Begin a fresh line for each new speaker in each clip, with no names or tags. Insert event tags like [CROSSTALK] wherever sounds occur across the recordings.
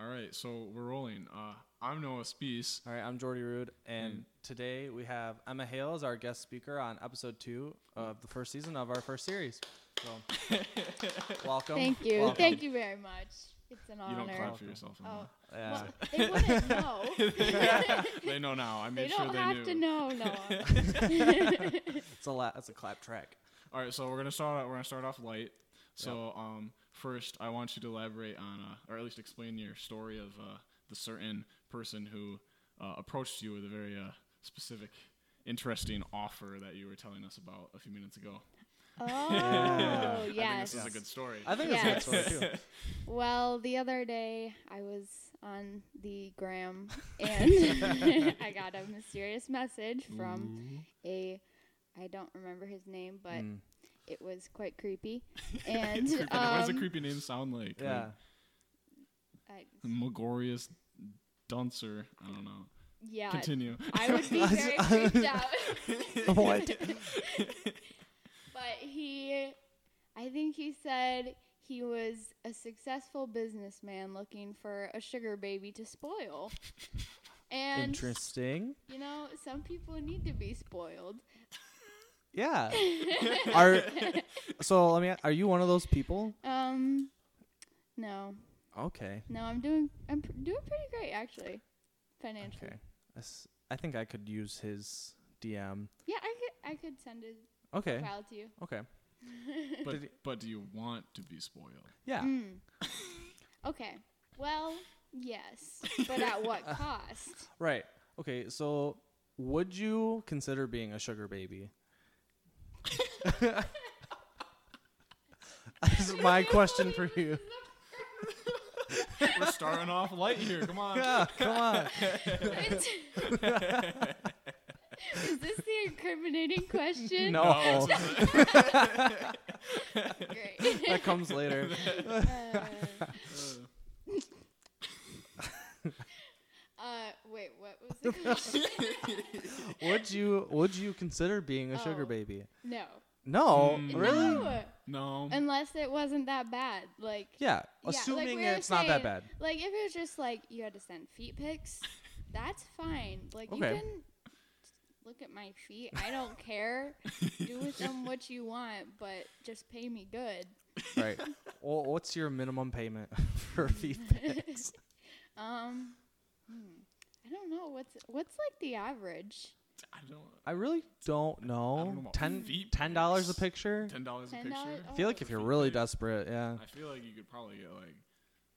right, so we're rolling. Uh, I'm Noah Spies.
All right, I'm Jordy Rude, and today we have Emma Hales, our guest speaker on episode two of the first season of our first series. So, welcome.
Thank you.
welcome.
Thank you very much. It's an
You don't
honor.
clap for yourself
Oh,
anymore. [LAUGHS]
Yeah.
well, they wouldn't [LAUGHS] know.
they know now. I
they
made
don't
sure they
have
knew.
to [LAUGHS] know, Noah.
It's a la- That's a clap track.
All right, so we're gonna start. Out, we're gonna start off light. So, um, first, I want you to elaborate on, uh, or at least explain your story of uh, the certain person who uh, approached you with a very uh, specific, interesting offer that you were telling us about a few minutes ago.
oh,
I
yes.
think this is a good story.
I think it's a good story too.
Well, the other day I was on the gram and [LAUGHS] I got a mysterious message from a I don't remember his name, but
Mm.
it was quite [LAUGHS] creepy. And
Creepy- what does a
um,
creepy name sound like?
Yeah.
I-
Like, Magorius Duncer. I don't know.
yeah,
Continue.
[LAUGHS] I
[LAUGHS]
would be very creeped out. [LAUGHS]
what?
But he, I think he said he was a successful businessman looking for a sugar baby to spoil. And,
Interesting.
you know, some people need to be spoiled. [LAUGHS]
Yeah. Are so? Let me. Are you one of those people?
Um, no,
Okay.
no, I'm doing, I'm pr- doing pretty great actually, financially.
Okay. That's- I think I could use his DM.
Yeah, I could, I could send a
Okay.
file to you.
Okay.
but,
Did it-
but do you want to be spoiled?
Yeah.
Mm. okay. Well, yes, but
[LAUGHS]
at what cost?
Right. Okay. So, would you consider being a sugar baby? That's my question for you.
[LAUGHS]
[LAUGHS]
We're starting off light here. Come on.
Yeah, come on.
Is [LAUGHS] is this the incriminating question?
No,
Great.
that comes later.
Uh, [LAUGHS]
Uh,
uh, wait, what was the question?
Would you Would you consider being a sugar
Oh. Hmm.
baby?
no.
No,
Mm.
really?
No.
no.
Unless it wasn't that bad. Like,
Yeah.
like
Assuming
we were
it's not that
saying,
bad.
like if it was just like you had to send feet pics, that's fine. Like
Okay.
you can look at my feet. I don't care. Do with them what you want, but just pay me good.
Right.
[LAUGHS]
well, what's your minimum payment [LAUGHS] for a fee?
Um, hmm, I don't know what's what's like the average.
I don't.
I really don't know.
don't know about
Ten
feet
ten dollars a
pics.
picture.
Ten dollars a
Ten
picture.
dollars-
I feel like if you're really desperate, yeah,
I feel like you could probably get like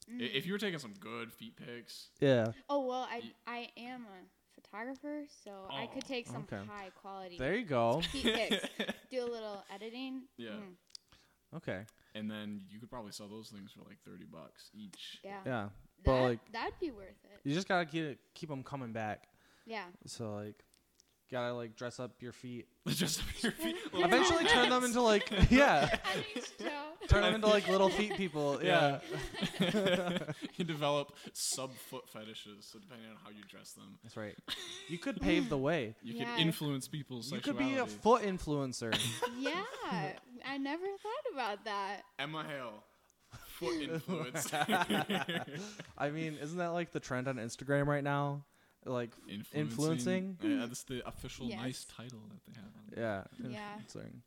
i
Mm.
if you were taking some good feet pics.
yeah.
Oh well, I
Ye-
I am a photographer, so I could
Oh,
take some
okay.
high quality
There you go.
[LAUGHS]
[LAUGHS]
heat pics, do a little editing.
Yeah.
Mm,
Okay.
And then you could probably sell those things for like thirty bucks each. [LAUGHS]
yeah.
Yeah. but,
That,
like-
that'd be worth it.
You just gotta keep it, keep them coming back.
[LAUGHS]
Yeah.
So like, gotta like dress up your feet.
Just your
[LAUGHS]
feet. little
Eventually turn them into like [LAUGHS] yeah,
I think so.
turn them into like little feet people.
[LAUGHS]
Yeah.
[LAUGHS] you develop sub foot fetishes, so depending on how you dress them,
That's right. You could pave the way.
you
Yeah.
can influence people's
You could
sexuality.
be a foot influencer.
[LAUGHS] Yeah, I never thought about that.
Emma Hale,
[LAUGHS]
foot influence.
I mean, isn't that like the trend on Instagram right now? Like influencing.
Yeah, that's the official
Yes.
nice title that they have. On there.
Yeah.
Yeah.
Influencing.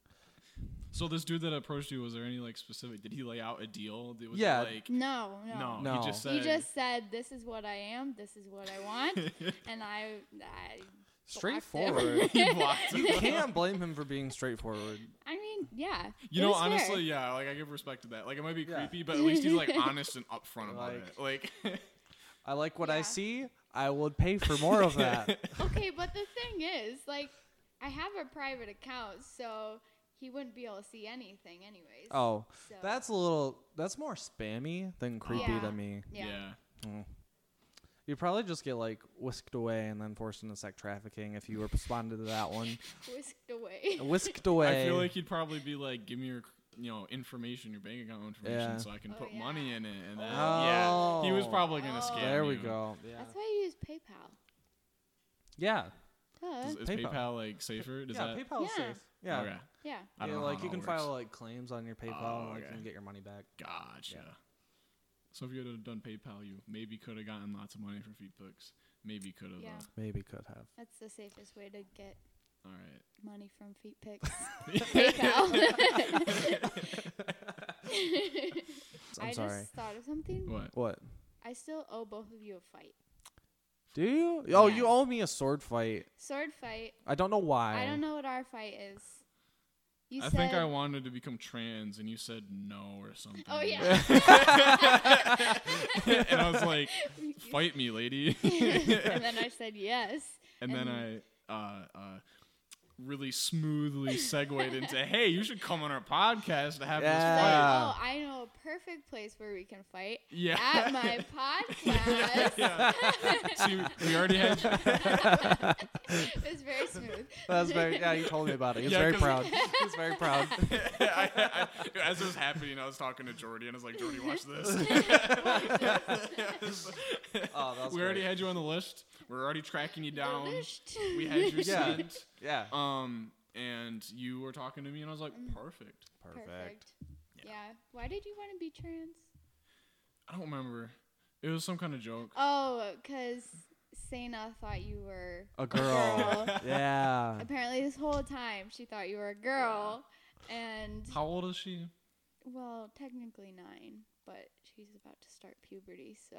So this dude that approached you, was there any like specific? Did he lay out a deal? Did- Was
Yeah.
It like
No,
no,
no.
No.
He just said.
You just said this is what I am, this is what I want, and I, I
Straightforward.
[LAUGHS] he
[LAUGHS]
blocked
you
it.
can't blame him for being straightforward.
I mean, yeah.
You
it
know,
was fair.
honestly, yeah, like I give respect to that. Like it might be
Yeah.
creepy,
[LAUGHS]
but at least he's like honest and upfront about
Like-
it. Like [LAUGHS]
I like what I
Yeah.
see. I would pay for more of
[LAUGHS]
that.
Okay, but the thing is, like, I have a private account, so he wouldn't be able to see anything, anyways.
Oh,
so,
that's a little. That's more spammy than creepy
Yeah.
to me.
yeah.
You'd probably just get like whisked away and then forced into sex trafficking if you responded to that
[LAUGHS]
one.
whisked away.
Whisked away.
I feel like he'd probably be like, "Give me your, you know, information, your bank account information,
Yeah.
so I can
Oh,
put
yeah.
money in it." And then, yeah, he was
Oh.
probably gonna
Oh.
scam.
there we
you.
go. Yeah.
That's why you use PayPal.
Yeah.
Duh.
Is, is
PayPal.
PayPal. like safer? Does
yeah.
that?
PayPal's
Yeah.
safe. Yeah.
Okay.
Yeah.
I don't
yeah,
know
like
how
you
it
can
works.
file like claims on your PayPal
Oh,
and like, you
okay.
can get your money back.
Gotcha. So if you had done PayPal, you maybe could have gotten lots of money for feed pics. Maybe could have.
Yeah.
Uh,
Maybe could have.
That's the safest way to get
all right.
money from feet
[LAUGHS]
pics. [LAUGHS] PayPal.
I'm
I
sorry.
just thought of something.
What?
What?
I still owe both of you a fight.
Do you? Oh,
Yeah.
you owe me a sword fight.
Sword fight.
I don't know why. [LAUGHS]
I don't know what our fight is. You
I
said
think
[LAUGHS]
I wanted to become trans, and you said no or something.
Oh yeah.
[LAUGHS] and I was like, "Fight me, lady!"
[LAUGHS]
[LAUGHS]
and then I said yes.
and then I uh, uh, really smoothly segued into, "Hey, you should come on our podcast to have
So,
Yeah.
oh, I know a perfect place where we can fight.
Yeah. [LAUGHS]
At my podcast.
this fight." Yeah. See, we already had.
[LAUGHS] It was very smooth.
That's very. Yeah,
[LAUGHS]
you told me about it. He's
Yeah,
very
'cause- [LAUGHS]
proud. He's very proud.
I, I, as this was happening, I was talking to Jordy, and I was like, "Jordy, watch
[LAUGHS]
this."
Oh, that was
we already
great.
had you on the list. We're already tracking you down.
Delished.
We had your
Yeah.
scent.
Yeah.
Um, and you were talking to me, and I was like, perfect.
Perfect. Yeah. Why did you want to be trans?
I don't remember. It was some kind of joke.
Oh, because Sana thought you were
A
[LAUGHS]
girl.
girl.
yeah.
Apparently, this whole time she thought you were a girl, and
How old is she?
well, technically nine, but she's about to start puberty, so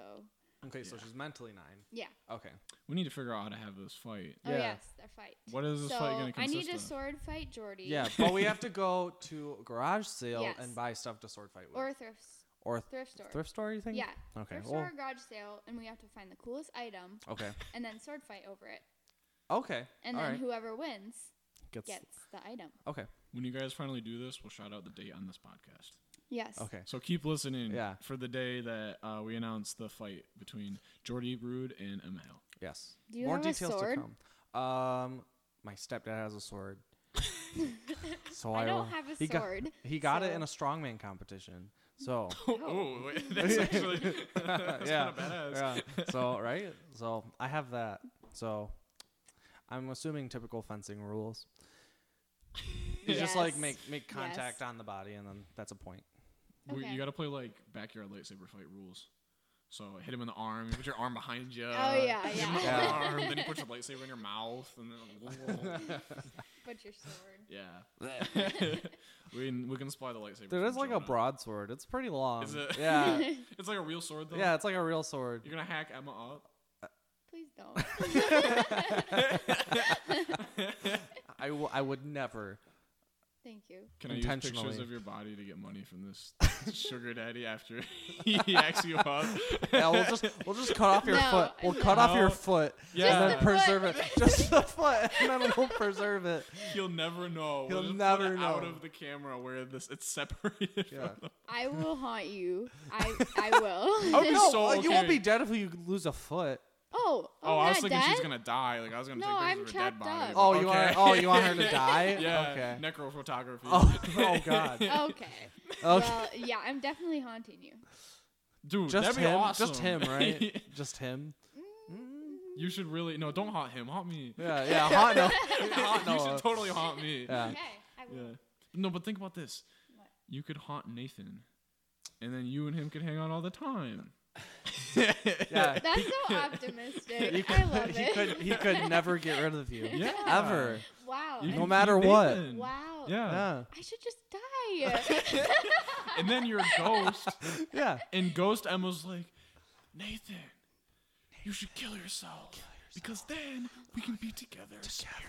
Okay, so
Yeah.
she's mentally nine.
yeah.
Okay.
We need to figure out how to have this fight.
Oh
Yeah.
yes, a fight.
What is this
so
fight going to
I
consist
need a
of?
sword fight, Jordy.
Yeah, but we have to go to a garage sale
Yes.
and buy stuff to sword fight with.
or a thrift s-
Or
thrift store.
thrift store, you think?
Yeah.
Okay.
Thrift
well,
store or garage sale, and we have to find the coolest item,
Okay.
and then sword fight over it,
Okay.
and
All
then
right.
whoever wins
Gets-
gets the item.
Okay.
when you guys finally do this, we'll shout out the date on this podcast.
Yes.
Okay.
So keep listening
Yeah.
for the day that uh, we announce the fight between Jordy Rude and Emma Hill.
Yes.
Do you
More
have a
details
sword?
to come. Um, my stepdad has a
[LAUGHS]
sword. so I,
I
will-
don't have a
he got- [LAUGHS]
sword.
he got it in a
so-
strongman competition. So
Oh,
[LAUGHS]
wait, that's actually [LAUGHS]
[LAUGHS]
that's
yeah,
kind of badass.
yeah.
[LAUGHS]
So right. So I have that. So I'm assuming typical fencing rules. You just like
Yes.
make make
Yes.
contact on the body, and then that's
[LAUGHS]
a point.
We-
Okay.
You got to play like backyard lightsaber fight rules. So hit him in the arm. You put your arm behind you.
Oh, yeah,
hit him in the
yeah.
arm, then you put your lightsaber in your mouth, and then
[LAUGHS]
But your sword.
yeah. [LAUGHS] we can, we can supply the lightsaber.
There
from
is like a
Jonah.
broadsword. It's pretty long.
Is it?
[LAUGHS]
Yeah.
It's like a real sword though.
yeah. It's like a real sword.
[LAUGHS] You're gonna hack Emma up.
Please
[LAUGHS]
don't. [LAUGHS]
[LAUGHS]
I, w- I would never.
Thank you.
Can I use pictures
Intentionally.
of your body to get money from this [LAUGHS] sugar daddy after [LAUGHS] he hacks you up?
Yeah, we'll just we'll just cut off your
No,
foot. We'll cut off your
no.
foot
Yeah.
and then
Just the
preserve
foot.
it. Just the foot, and then we'll preserve it.
[LAUGHS] He'll never know. We'll
He'll
just put
never
it Out
know.
of the camera where this it's separated. [LAUGHS]
Yeah.
From the,
I will
[LAUGHS]
haunt you. I I will.
I
[LAUGHS]
would be
No,
so
uh, you won't
[LAUGHS] okay.
be dead if you lose a foot.
Oh, oh,
Oh, I was
not
thinking she's
dead?
gonna die. Like I was gonna
No,
take pictures of
I'm
her dead
chopped
body.
up.
Oh,
but
you
okay.
want oh
[LAUGHS]
you want her to die?
yeah,
Okay.
necrophotography. [LAUGHS]
Oh, oh God.
Okay.
[LAUGHS] Oh,
Well, yeah, I'm definitely haunting you.
Dude,
Just
that'd be
him.
awesome.
Just him, right? just him.
[LAUGHS] you should really no, don't haunt him. Haunt me. [LAUGHS]
Yeah, yeah. Hot no.
Haunt- you
Noah.
should totally haunt me.
Yeah.
Okay, I will.
Yeah. No, but think about this.
What?
You could haunt Nathan, and then you and him could hang out all the time.
[LAUGHS] Yeah.
That's so
He
optimistic.
could,
I love
he
it.
could he could never get rid of you.
Yeah.
Ever.
wow.
You
I-
could be
matter what.
Nathan.
wow.
Yeah.
Yeah.
I should just
[LAUGHS]
die.
And then you're a ghost,
Yeah.
and Ghost Emma's like, Nathan, you should kill yourself, because then we can be together. as spirits."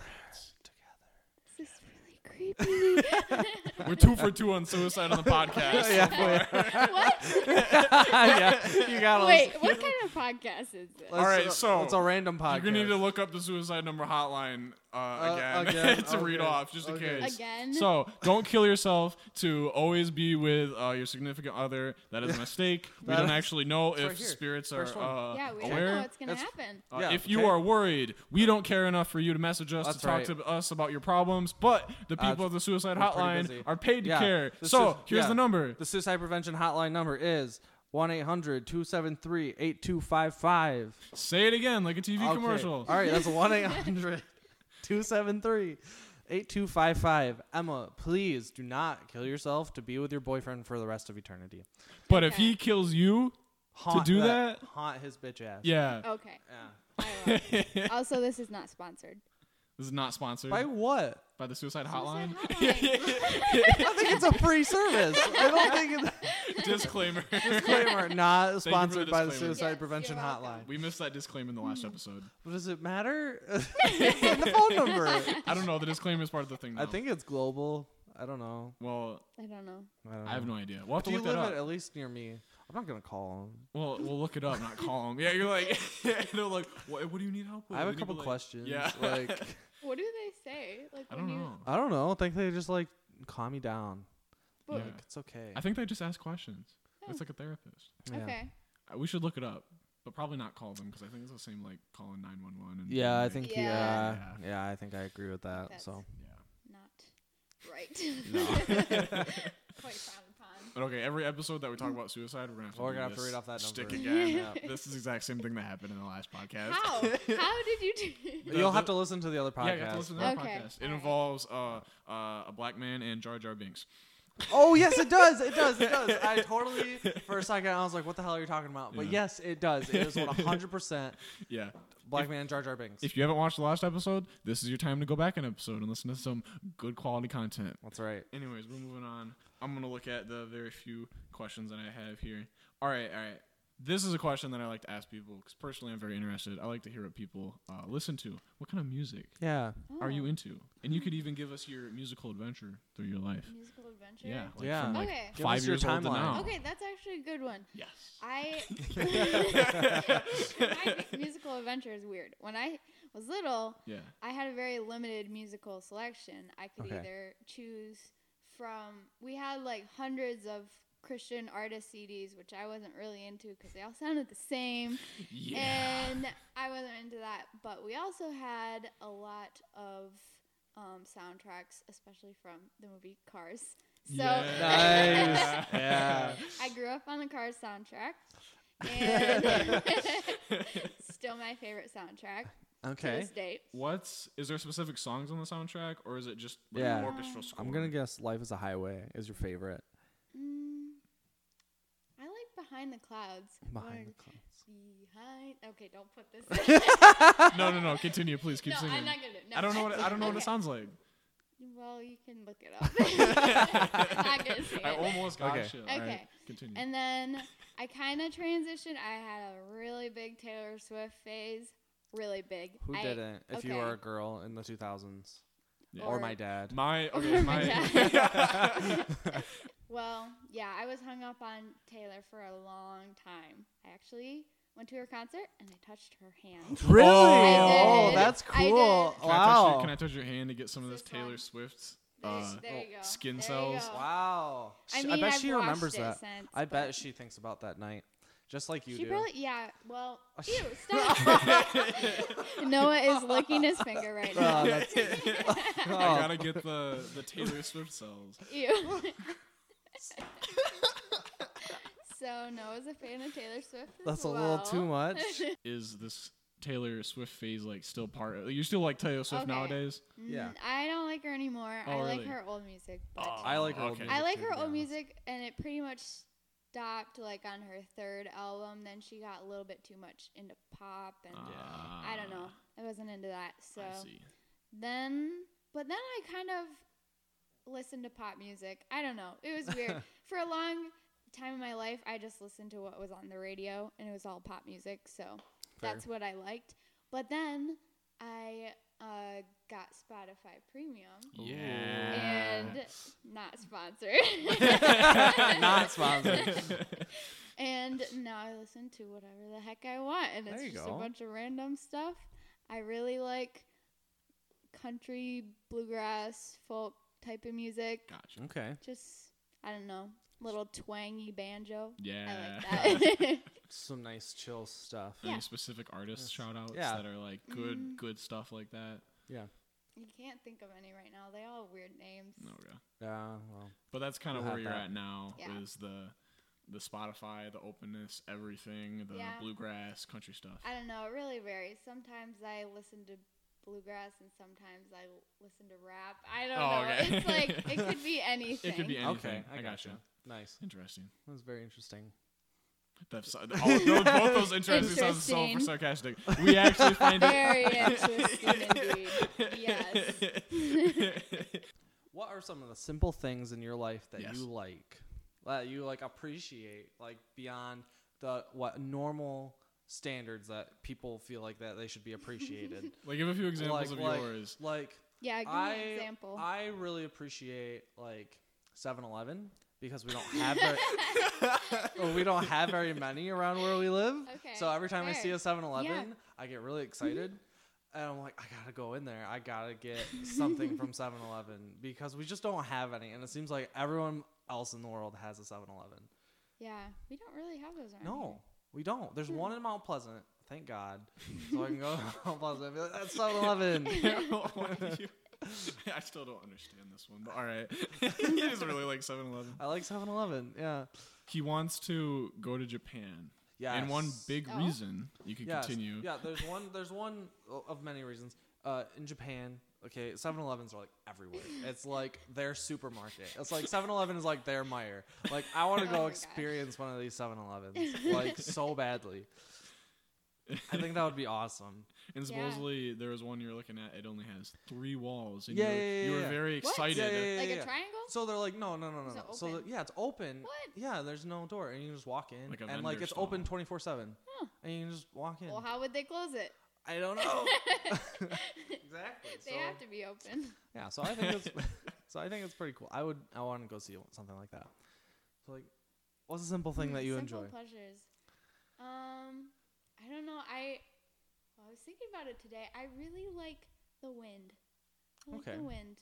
this is really creepy.
We're two for two on suicide
[LAUGHS]
on the podcast.
Yeah.
what?
[LAUGHS]
yeah. [LAUGHS] You gotta
Wait, what kind of podcast is this?
All right, so
it's a random podcast.
You're gonna need to look up the suicide number hotline uh, again. [LAUGHS]
again,
it's a read
okay,
off, just
okay.
in case.
Again?
So uh, don't kill yourself. To always be with uh, your significant other. That is a
[LAUGHS]
mistake. we
That
don't
is-
actually know if
right here.
spirits are
First one.
uh,
yeah, we don't
aware.
know what's gonna
That's-
happen.
Uh,
Yeah,
if you
okay.
are worried, we don't care enough for you to message us
That's
to talk
right.
to us about your problems. But the
Uh,
people of the suicide
we're pretty
hotline
busy.
are paid to
Yeah,
care.
the
so
sui-
here's
yeah.
the number.
The suicide prevention hotline number is 1 800 273 8255.
Say it again, like a TV commercial.
All
[LAUGHS]
right, that's 1 800 273 8255. Emma, please do not kill yourself to be with your boyfriend for the rest of eternity.
But if
Okay.
he kills you,
haunt
do that?
haunt his bitch ass.
Yeah.
Okay.
Yeah.
I love
this [LAUGHS]
it. also, this is not sponsored.
is not sponsored
By
by,
what?
the suicide
Suicide
hotline. [LAUGHS]
I think it's a free service. I don't think
[LAUGHS]
it's
disclaimer.
disclaimer not
the
sponsored by the
disclaimer.
suicide
Yes,
prevention
you're welcome.
hotline.
We missed that disclaimer in the last episode.
What does it matter? [LAUGHS] and the phone number.
I don't know. The disclaimer is part of the thing. Now.
I think it's global. I don't know.
Well,
I don't know.
I, don't
I have
know.
no idea. We'll have
Do
to
Oh. you
look
live
that up.
at, at least near me? I'm not gonna call him.
Well, we'll look it up, not call them. Yeah, you're like, [LAUGHS] they're like, what, what do you need help with?
I have a
We need
couple
to, like-"
questions.
Yeah.
Like
What do they say? Like
I
when
don't
you,
know.
I don't know. I think they just like calm me down.
But,
Yeah.
Like it's okay.
I think they just ask questions.
Oh.
It's like a therapist.
yeah.
Okay.
Uh, We should look it up, but probably not call them because I think it's the same like calling 911. And
Yeah, I
like-
think yeah.
Yeah.
yeah, I think I agree with that.
That's-
so
Yeah.
Not right. [LAUGHS] Quite frowned upon.
[LAUGHS] But okay, every episode that we talk about suicide, we're gonna have to,
We're
do
gonna have to
this
read off that
stick
number.
[LAUGHS]
again.
Yeah.
this is the exact same thing that happened in the last podcast.
How? How did you do?
The-
you'll have
the-
to listen to the other
[LAUGHS] Yeah, you have to
podcast.
listen to that
Okay.
podcast. It
All right.
involves uh, uh, a black man and Jar Jar Binks.
oh
[LAUGHS]
yes, it does. It does. It does. I totally for a second I was like, "What the hell are you talking about?" But
Yeah.
yes, it does.
[LAUGHS]
It is 100 percent
Yeah.
black man Jar Jar Binks.
If you haven't watched the last episode, this is your time to go back an episode and listen to some good quality content.
That's right.
Anyways, we're moving on. I'm gonna look at the very few questions that I have here. All right, all right. This is a question that I like to ask people because personally, I'm very interested. I like to hear what people uh, listen to. What kind of music
Yeah.
are you
Oh,
into? And you could even give us your musical adventure through your life.
musical adventure?
Yeah, like
Yeah.
From like
Okay.
Give
five
us your
years old to
timeline.
now.
Okay, that's actually a good one.
Yes.
I [LAUGHS] my musical adventure is weird. When I was little,
[LAUGHS] Yeah.
I had a very limited musical selection. I could
Okay.
either choose from we had like hundreds of Christian artist CDs, which I wasn't really into because they all sounded the same,
[LAUGHS] Yeah.
and I wasn't into that. But we also had a lot of um, soundtracks, especially from the movie Cars. So [LAUGHS]
Yeah.
Nice. Yeah.
I grew up on the Cars
[LAUGHS]
soundtrack, and [LAUGHS] still my favorite soundtrack to
Okay.
this date.
[LAUGHS] What's is there specific songs on the soundtrack or is it just like
Yeah.
an orchestral score?
I'm gonna guess "Life Is a Highway" is your favorite.
Mm, I like Behind the Clouds. I
Behind the
wanna-
clouds.
Behind. Okay, don't put
[LAUGHS]
this. in.
[LAUGHS] No, no, no. Continue, please. Keep
no,
singing.
I'm not gonna. No.
I don't know what I don't know what it
Okay.
sounds
[LAUGHS]
like.
Well, you can look it up. I'm [LAUGHS] not gonna sing
[LAUGHS] I
it.
almost got
Okay.
you. All right,
Okay.
Continue.
And then I kind of transitioned. I had a really big Taylor Swift phase. Really big.
Who
I-
didn't? If you
okay.
were a girl in the 2000s,
Yeah.
or
Or-
my dad.
[LAUGHS]
my okay,
Oh my
my [LAUGHS]
[LAUGHS]
[LAUGHS]
Well, yeah, I was hung up on Taylor for a long time. I actually went to her concert and I touched her
[LAUGHS]
hand.
Really?
I
Oh,
did.
that's
I did.
cool.
can, I touch
Wow.
your, can I touch your hand to get some of this
This one.
Taylor Swift's
There,
uh, [LAUGHS]
there you go.
skin
There you
cells.
go.
Wow.
I
Sh-
mean,
bet
I've
she
watched
remembers
it
that.
since,
I bet
but-
she thinks about that night, just like you
she
do. [LAUGHS]
probably, yeah. Well,
Oh,
ew,
sh- [LAUGHS]
stop. [LAUGHS] Noah is licking his finger right
Oh,
now. [LAUGHS]
that's- Oh.
I gotta get the the Taylor Swift cells.
Ew. [LAUGHS] so Noah's a fan of Taylor Swift.
[LAUGHS]
as
That's a little too
well.
much.
[LAUGHS]
Is this Taylor Swift phase like still part? of You still like Taylor Swift
Okay.
nowadays?
Yeah. Oh,
Mm, I don't like her anymore.
Oh,
I like
really?
her old music. But
I like her old
Okay.
music
I like
too, to
her
be
old
honest.
music, and it pretty much stopped like on her third album. Then she got a little bit too much into pop, and
Ah.
I don't know. I wasn't into that. So
I see.
then, but then I kind of listened to pop music. I don't know. It
[LAUGHS]
was weird. For a long time in my life, I just listened to what was on the radio, and it was all pop music. So
Fair.
that's what I liked. But then I uh, got Spotify Premium
Ooh.
Yeah.
and not
[LAUGHS]
[LAUGHS]
sponsored.
Not
[LAUGHS]
sponsored.
and now I listen to whatever the heck I want, and it's
There you
just
go.
a bunch of random stuff. I really like country, bluegrass, folk type of music.
Gotcha.
Okay.
Just I don't know, little twangy banjo.
[LAUGHS] Yeah.
Eh.
I [LAUGHS]
[LAUGHS]
like that.
Some nice chill stuff.
Any
Yeah.
specific artists shout outs
Yeah.
that are like good
Mm.
good stuff like that?
you can't think of any right now. They all have weird names.
No, yeah.
Yeah. Well.
But that's kind of
We'll
where
have
you're
that.
at now
Yeah.
is the the Spotify, the openness, everything, the
Yeah.
bluegrass, country stuff.
I don't know. It really varies. Sometimes I listen to bluegrass, and sometimes I l- listen to rap. I don't
Oh,
know.
okay.
It's
[LAUGHS]
like it could be anything.
it could be anything.
Okay. I
I
gotcha.
gotcha.
Nice.
Interesting.
That was very interesting.
That's,
[LAUGHS]
all, those, both those interesting sounds so
Interesting.
sarcastic. We actually find it.
[LAUGHS]
[LAUGHS]
Very interesting indeed. Yes.
[LAUGHS]
[LAUGHS]
What are some of the simple things in your life that
Yes.
you like, that you like appreciate, like beyond the what normal standards that people feel like that they should be appreciated?
Like, give a few examples
like,
of
like,
[LAUGHS]
yours. [LAUGHS]
like
Yeah, give me
I,
an example.
I really appreciate like 7-Eleven because we don't have very, well, we don't have very many around where we live. so
Okay,
every time I see a
fair.
7-Eleven, I get really excited. And I'm like, I gotta go in there. I gotta get something from 7 Eleven because we just don't have any. And it seems like everyone else in the world has a 7 Eleven.
yeah, we don't really have those around
No, we don't. There's one in Mount Pleasant, thank God. So I can go to [LAUGHS] Mount Pleasant and be like, that's 7
[LAUGHS]
Eleven.
Why do you- I still don't understand this one, but all right. [LAUGHS] he is really like 7 Eleven.
I like 7 Eleven. Yeah.
He wants to go to Japan.
Yeah.
And one big
Oh.
reason you could
Yes.
continue.
Yeah, there's one. There's one o- of many reasons. Uh, in Japan, okay, 7-Elevens are like everywhere. It's like their supermarket. It's like 7-Eleven is like their Meijer. Like I want to
Oh my
go
gosh.
experience one of these 7-Elevens
[LAUGHS]
like so badly.
[LAUGHS]
I think that would be awesome.
And
Yeah.
supposedly there was one you're looking at. It only has three walls, and
Yeah,
you were,
yeah, yeah,
you were
yeah.
very
What?
excited.
Yeah, yeah,
here.
yeah.
Like a triangle?
So they're like, no, no, no, no,
Is
no.
it
So
open?
the- yeah, it's open.
What?
Yeah, there's no door, and you can just walk in,
Like a
and like
vendor
it's open
stall.
24 seven,
Huh.
and you can just walk in.
Well, how would they close it?
I don't know. [LAUGHS] exactly.
[LAUGHS] They
Oh. so-
have to be open.
Yeah, so I think it's
[LAUGHS]
so I think it's pretty cool. I would I want to go see something like that. So like, what's a simple thing that you
Hmm, Simple
enjoy?
pleasures. Um, I don't know. I well, I was thinking about it today. I really like the wind. I like
Okay.
the wind.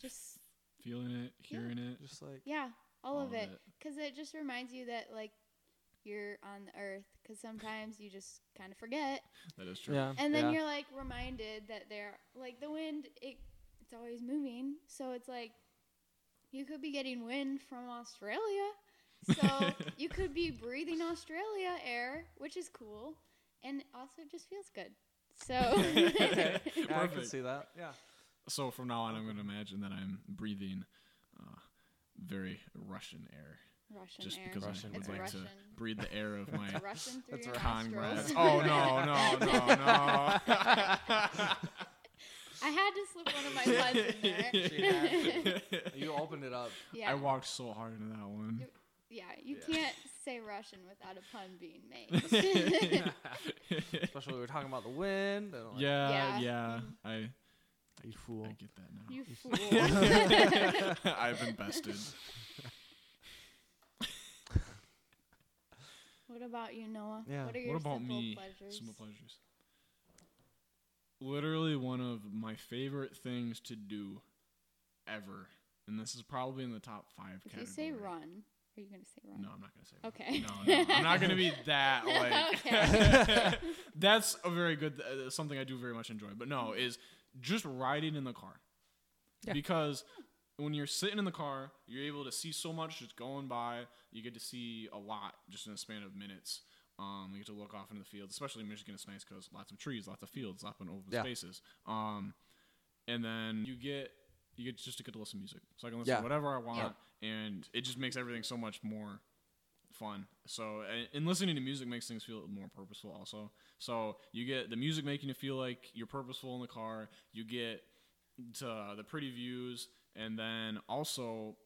Just
[LAUGHS] Feeling it, hearing it.
Just like
yeah, all, of it.
it.
Because it just reminds you that like you're on the earth. Because sometimes you just kind of forget,
That is true.
yeah,
and then
yeah.
you're like reminded that there, like the wind. It it's always moving, so it's like you could be getting wind from Australia.
[LAUGHS]
So you could be breathing Australia air, which is cool, and also it just feels good.
[LAUGHS]
So
Yeah, I can
Perfect.
see that. Yeah,
So from now on, I'm going to imagine that I'm breathing uh, very Russian air,
[LAUGHS] Russian
just
air.
because
Russian
I would
it's
like
Russian.
to breathe the air
[LAUGHS]
of my
It's Russian through
That's
your
Congress.
[LAUGHS] nostrils.
oh no, no, no, no!
I had to slip one of [LAUGHS] my buds in
[LAUGHS]
there.
[LAUGHS] She had you opened it up.
[LAUGHS] Yeah.
I walked so hard into that one.
yeah, you
Yeah.
can't say Russian without a pun
[LAUGHS]
being made.
[LAUGHS]
[LAUGHS]
Especially we were talking about the wind. And like,
yeah,
Yeah. Mm.
yeah, I,
you fool.
I get that now. [LAUGHS]
you fool. [LAUGHS]
I've invested.
what about you, Noah?
Yeah.
What are your
What about
simple
me?
pleasures?
Simple pleasures. Literally one of my favorite things to do ever, and this is probably in the top five.
If
category.
you say run, are you going to say run?
No, I'm not gonna say. run.
Okay.
No, no, I'm not gonna
[LAUGHS]
be that
Okay.
like. [LAUGHS] That's a very good uh, something I do very much enjoy. But no, is just riding in the car,
Yeah.
because when you're sitting in the car, you're able to see so much just going by. You get to see a lot just in a span of minutes. Um, you get to look off into the fields, especially in Michigan. It's nice because lots of trees, lots of fields, lots of open
Yeah.
spaces. Um, and then you get you get just to get to listen to music, so I can listen
Yeah.
to whatever I want, and it just makes everything so much more fun. So, and, and listening to music makes things feel more purposeful, also. So, you get the music making you feel like you're purposeful in the car. You get to uh, the pretty views, and then also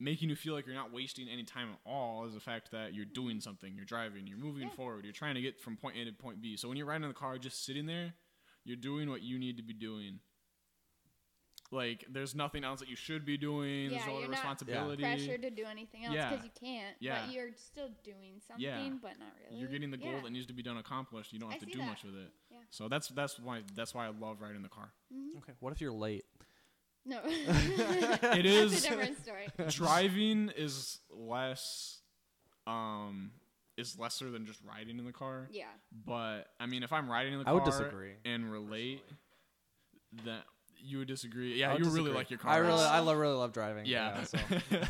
making you feel like you're not wasting any time at all is the fact that you're doing something, you're driving, you're moving
Yeah.
forward, you're trying to get from point A to point B. So, when you're riding in the car, just sitting there, you're doing what you need to be doing. Like, there's nothing else that you should be doing.
Yeah,
there's no
you're
other
not
responsibility.
pressure to do anything else
Yeah.
because you can't.
Yeah.
But you're still doing something, but not really.
You're getting the goal
Yeah.
that needs to be done accomplished. You don't
I
have to
see
do
that.
much with it.
Yeah.
So that's that's why that's why I love riding the car.
Okay, what if you're
[LAUGHS]
late?
Mm-hmm.
[LAUGHS]
No.
It
That's
is
a different story.
driving is less um is lesser than just riding in the car.
Yeah.
But I mean if I'm riding in the
I
car
would disagree,
and relate that you would disagree. Yeah,
I
you
would
really
disagree.
like your car.
I really,
rides.
I lo- really love driving.
yeah. [LAUGHS]
so.
Yeah.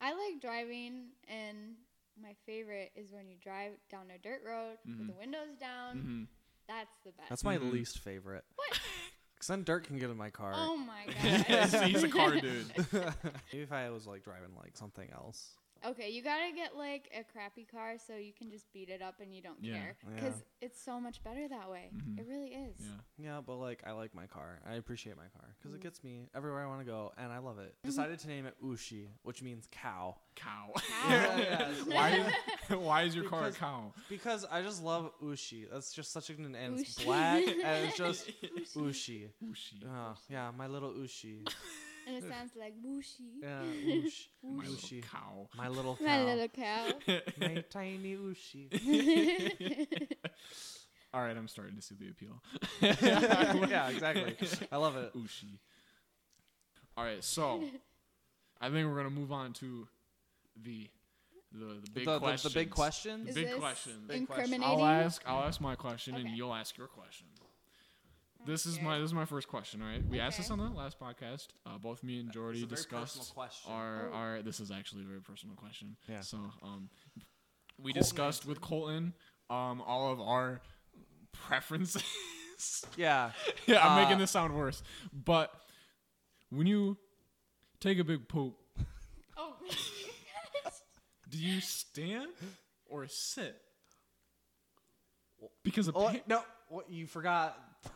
I like driving, and my favorite is when you drive down a dirt road
Mm-hmm.
with the windows down.
Mhm.
That's the best.
That's my
Mhm.
least favorite.
What?
Because then dirt can get in my car. [LAUGHS]
Oh my god.
[LAUGHS] He's a car dude.
Maybe if I was like driving like something else.
Okay, you gotta get like a crappy car so you can just beat it up and you don't
Yeah.
care
Yeah.
because it's so much better that way.
Mhm.
It really is.
[LAUGHS] Yeah.
Yeah, but like I like my car. I appreciate my car because it gets me everywhere I want to go, and I love it. Decided to name it Ushi, which means cow,
Cow. [LAUGHS]
Cow.
why, is, why is your car a
Because-
cow?
because I just love Ushi. That's just such a and it's
Ushi.
black and it's just Ushi.
Ushi.
Oh, yeah, my little Ushi.
And it sounds like bushy.
Yeah, Ush,
My little
Ushi. [LAUGHS]
cow. [LAUGHS]
My little
My
cow.
little cow.
My tiny Ushi.
All right, I'm starting to see the appeal.
[LAUGHS] yeah, [LAUGHS] exactly. I love it.
Ushi. All right, so
[LAUGHS]
I think we're gonna move on to the the, the big
the, the, the
questions.
big questions.
Is
Big
this
question.
Big question.
I'll
Incriminating.
ask. I'll ask my question,
Okay.
and you'll ask your question. This is
Okay.
my this is my first question. All right, we asked this
Okay.
on the last podcast. Uh, both me and Jordy
It's a very personal
discussed
question.
our
Oh.
our. This is actually a very personal question.
Yeah.
So um, we discussed with Colton um all of our preferences. [LAUGHS]
yeah.
yeah, I'm
Uh,
making this sound worse, but when you take a big poop,
Oh.
do you stand or sit? Because of
Oh, no, what, you forgot. [LAUGHS]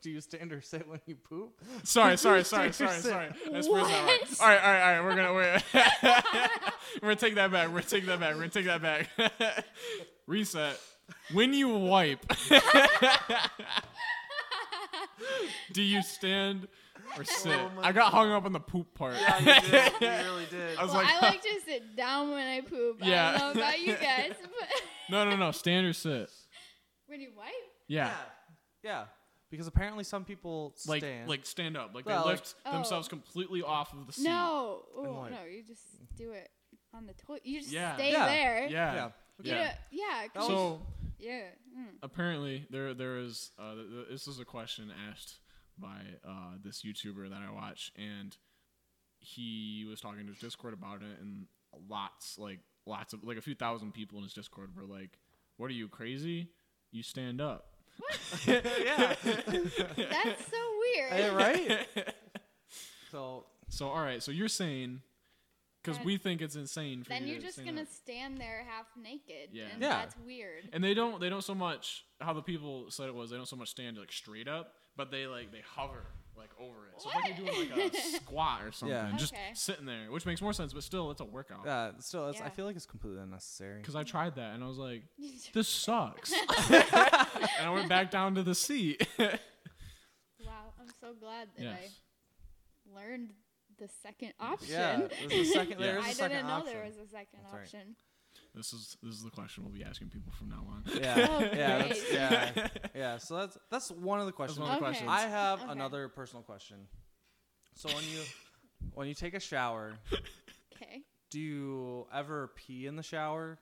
Do you stand or sit when you [LAUGHS] poop?
Sorry, sorry, sorry,
Take your
sorry,
sip.
sorry. That's where's that right.
What?
All right, all right, all right. We're gonna
[LAUGHS]
we're, [LAUGHS] we're gonna take that back. We're gonna take that back. We're gonna take that back. [LAUGHS] Reset. When you wipe, [LAUGHS] do you stand or sit?
Oh my
I got hung up on the poop part.
Yeah, Oh, you did. You really [LAUGHS]
[LAUGHS]
did.
I was
well,
like,
I like to sit down when I poop. I
Yeah.
don't know
[LAUGHS]
about you guys, but
[LAUGHS] no, no, no. Stand or sit.
when you wipe,
Yeah.
yeah. Yeah. Because apparently some people
Like,
stand.
like [LAUGHS] stand up. Like
Well,
they
like-
lift
Oh.
themselves completely off of the seat.
no, Ooh,
like-
no, you just do it on the toilet. You just
Yeah.
stay
Yeah.
Yeah.
there.
Yeah.
You don't- yeah. 'cause you-
So
yeah. Mm.
apparently there there is uh, th- th- this is a question asked by uh, this YouTuber that I watch, and he was talking to his Discord about it, and lots like lots of like a few thousand people in his Discord were like, "What are you crazy? You stand up."
[LAUGHS]
[LAUGHS]
yeah.
That's so weird.
Hey, right? So,
[LAUGHS] So all right, so you're saying because
Then-
we think it's insane for
then
you
you're
to
just
stand
gonna
up.
stand there half naked.
Yeah.
And
Yeah.
that's weird. [LAUGHS]
And they don't they don't so much how the people said it was, they don't so much stand like straight up, but they like they hover like over it. So it's like you're
[LAUGHS]
doing like a squat or something.
Yeah.
Just
Okay.
sitting there, which makes more sense, but still it's a workout.
yeah, still, it's, I
Yeah.
feel like it's completely unnecessary.
Cause I tried that and I was like, this
[LAUGHS]
sucks. and I went back down to the seat.
wow, I'm so glad
[LAUGHS]
that
yes.
I learned the second option.
Yeah,
[LAUGHS]
there's a second.
Yeah.
There is
I
a second
didn't know
option.
there was a second
That's right.
option.
This is this is the question we'll be asking people from now
[LAUGHS]
on.
Yeah,
Oh,
yeah,
great.
[LAUGHS]
that's, yeah, yeah. So that's that's one of the
That's
questions.
one of the
Okay.
questions.
I have
Okay.
another personal question. So when you when you take a shower,
Okay.
do you ever pee in the shower,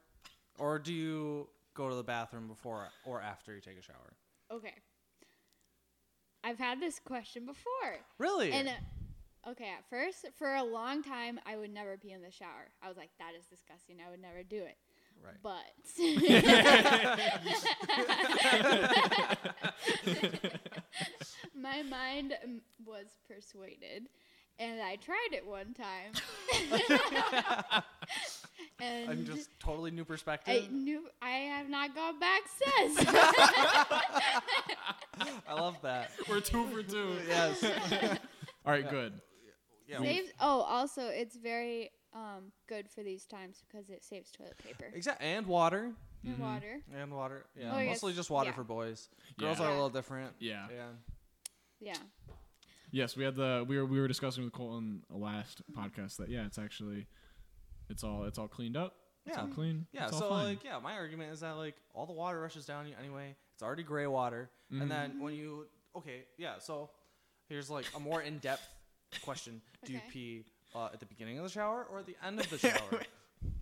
or do you go to the bathroom before or after you take a shower?
Okay. I've had this question before.
Really?
And uh, okay, at first, for a long time, I would never pee in the shower. I was like, that is disgusting. I would never do it.
right.
But my mind um, was persuaded, and I tried it one time. and
I'm
[LAUGHS]
just totally new perspective.
I knew I have not gone back since.
I love that.
We're two for two.
Yes.
[LAUGHS]
All right,
Yeah.
good.
Yeah. we-
saves. Oh, also, it's very um, good for these times because it saves toilet paper
Exa- And water.
and water.
And water. Yeah.
Oh, yes.
Mostly just water
Yeah.
for boys. Girls
Yeah.
are a little different.
Yeah.
Yeah.
Yeah.
Yes, we had the we were we were discussing with Colton last podcast that yeah, it's actually it's all it's all cleaned up. It's all
Yeah.
clean.
Yeah,
It's all
so
fine.
like, yeah, my argument is that like all the water rushes down you anyway. It's already gray water,
Mhm.
and then when you okay, yeah. So here's like a more in depth question:
[LAUGHS]
Do you
Okay.
pee uh, at the beginning of the shower or at the end of the shower?
[LAUGHS]